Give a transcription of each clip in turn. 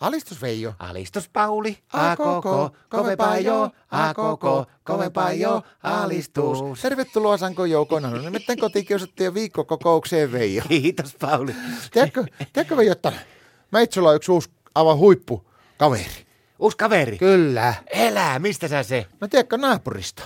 Alistus Veijo. Alistus Pauli, a koko, kovempaa jo, a koko, kovempaa jo, alistus. Tervetuloa Sanko Joukoon. No nimittäin kotikiusattujen viikkokokoukseen Veijo. Kiitos Pauli. Tiedätkö, tiedätkö Veijo, että meitsulla on yksi uusi aivan huippu kaveri. Uusi kaveri. Kyllä. Elää, mistä sä se? No tiedätkö naapurista?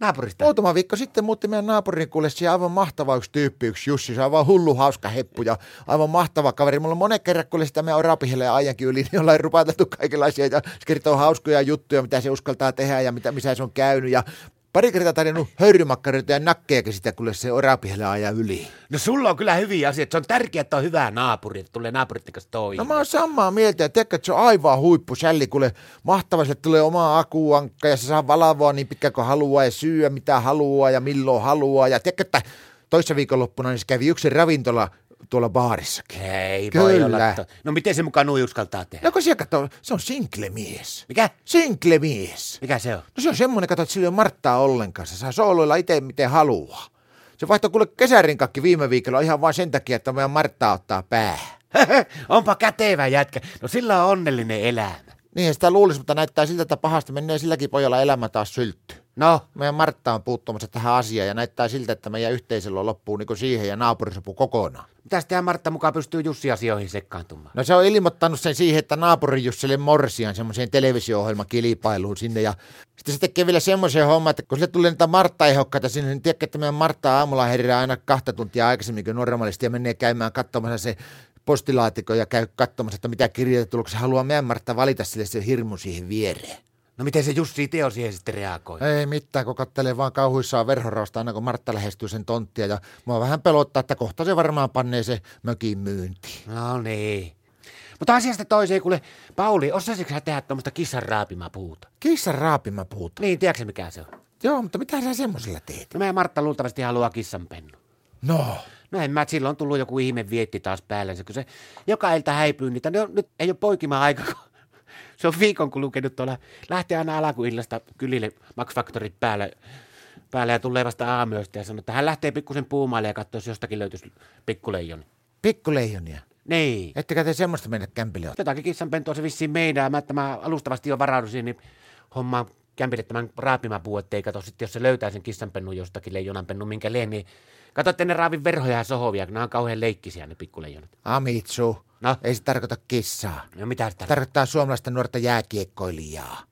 Naapurista. Muutama viikko sitten muutti meidän naapurin kuule se aivan mahtava yksi tyyppi, yksi Jussi, se on aivan hullu hauska heppu ja aivan mahtava kaveri. Mulla on monen kerran kuule sitä meidän orapihelle ja aijankin yli, niin ollaan rupateltu kaikenlaisia ja se kertoo hauskoja juttuja, mitä se uskaltaa tehdä ja mitä, missä se on käynyt ja Pari kertaa tarjonnut höyrymakkareita ja nakkejakin sitä, kun se orapihellä ajaa yli. No sulla on kyllä hyviä asioita. Se on tärkeää, että on hyvää naapuri, että tulee naapurit kanssa No toimeen. mä oon samaa mieltä ja tiedätkö, että se on aivan huippu sälli, kuule mahtava, sille tulee oma akuankka ja se saa valavoa niin pitkään kuin haluaa ja syyä mitä haluaa ja milloin haluaa. Ja tiedätkö, että toissa viikonloppuna niin se kävi yksin ravintola tuolla baarissakin. Ei voi Kyllä. olla. to- No miten se mukaan nuo uskaltaa tehdä? No kun siellä katsoo, se on sinklemies. Mikä? Sinklemies. Mikä se on? No se on semmoinen, kato, että sillä ei ole Marttaa ollenkaan. Se saa sooloilla itse miten haluaa. Se vaihtoi kuule kesärin kakki viime viikolla ihan vain sen takia, että meidän Marttaa ottaa päähän. Onpa kätevä jätkä. No sillä on onnellinen elämä. Niin sitä luulisi, mutta näyttää siltä, että pahasti menee silläkin pojalla elämä taas syltty. No, Meidän Martta on puuttumassa tähän asiaan ja näyttää siltä, että meidän yhteisöllä loppuu niin siihen ja naapurisopu kokonaan. mitäs tämä Martta mukaan pystyy Jussi asioihin sekkaantumaan? No se on ilmoittanut sen siihen, että naapurin Jussille morsian semmoiseen televisio-ohjelmakilpailuun sinne ja sitten se tekee vielä semmoisen homman, että kun sille tulee niitä Martta-ehokkaita sinne, niin tiedätkö, että meidän Martta aamulla herää aina kahta tuntia aikaisemmin kuin normaalisti ja menee käymään katsomassa se postilaatikko ja käy katsomassa, että mitä kirjeitä tullut, kun se haluaa meidän Martta valita sille se hirmu siihen viereen. No miten se Jussi itse on siihen sitten reagoi? Ei mitään, kun kattelee vaan kauhuissaan verhorausta aina kun Martta lähestyy sen tonttia ja mua vähän pelottaa, että kohta se varmaan pannee se mökin myyntiin. No niin. Mutta asiasta toiseen, kuule, Pauli, osasitko sä tehdä tuommoista kissan raapimaa puuta? Kissan raapima puuta. Niin, tiedätkö sä, mikä se on? Joo, mutta mitä sä semmoisella teet? No meidän Martta luultavasti haluaa kissan pennu. No, No en mä, että silloin on tullut joku ihme vietti taas päällensä, kun se joka ilta häipyy niitä. Ne on, nyt ei ole poikima aika, kun se on viikon kulkenut tuolla. Lähtee aina alakuillasta kylille Max Factorit päälle, päälle ja tulee vasta aamuyöstä ja sanoo, että hän lähtee pikkusen puumaille ja katsoo, jos jostakin löytyisi pikkuleijoni. pikkuleijonia. Niin. Ettekä te semmoista mennä kämpille ottaa. Jotakin kissanpentua se vissiin meinaa. Mä, että mä alustavasti jo varaudun siihen, niin hommaan kämpille tämän raapimapuu, ettei kato sitten, jos se löytää sen kissanpennun jostakin, leijonanpennun, minkä leen, niin kato, että ne raavin verhoja ja sohovia, kun nämä on kauhean leikkisiä ne pikkuleijonat. Amitsu, No, ei se tarkoita kissaa. no mitä sitä Tarkoittaa suomalaista nuorta jääkiekkoilijaa.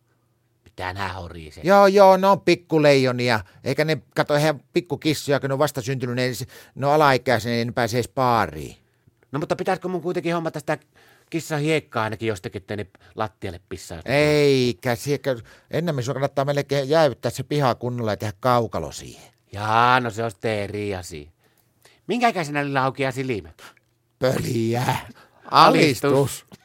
pitää nää horii se. Joo, joo, ne on pikkuleijonia. Eikä ne, kato, eihän pikkukissoja, kun ne on vasta syntynyt, ne, ne on alaikäisiä, niin ne pääsee edes baariin. No mutta pitäisikö mun kuitenkin hommata sitä kissan hiekkaa ainakin jostakin, ettei ne lattialle pissaa. Eikä, sieltä, ennemmin sun kannattaa melkein jäävyttää se piha kunnolla ja tehdä kaukalo siihen. Jaa, no se on sitten eri asia. Minkä ikäisenä niillä aukeaa silmät? Pöliä. Alistus.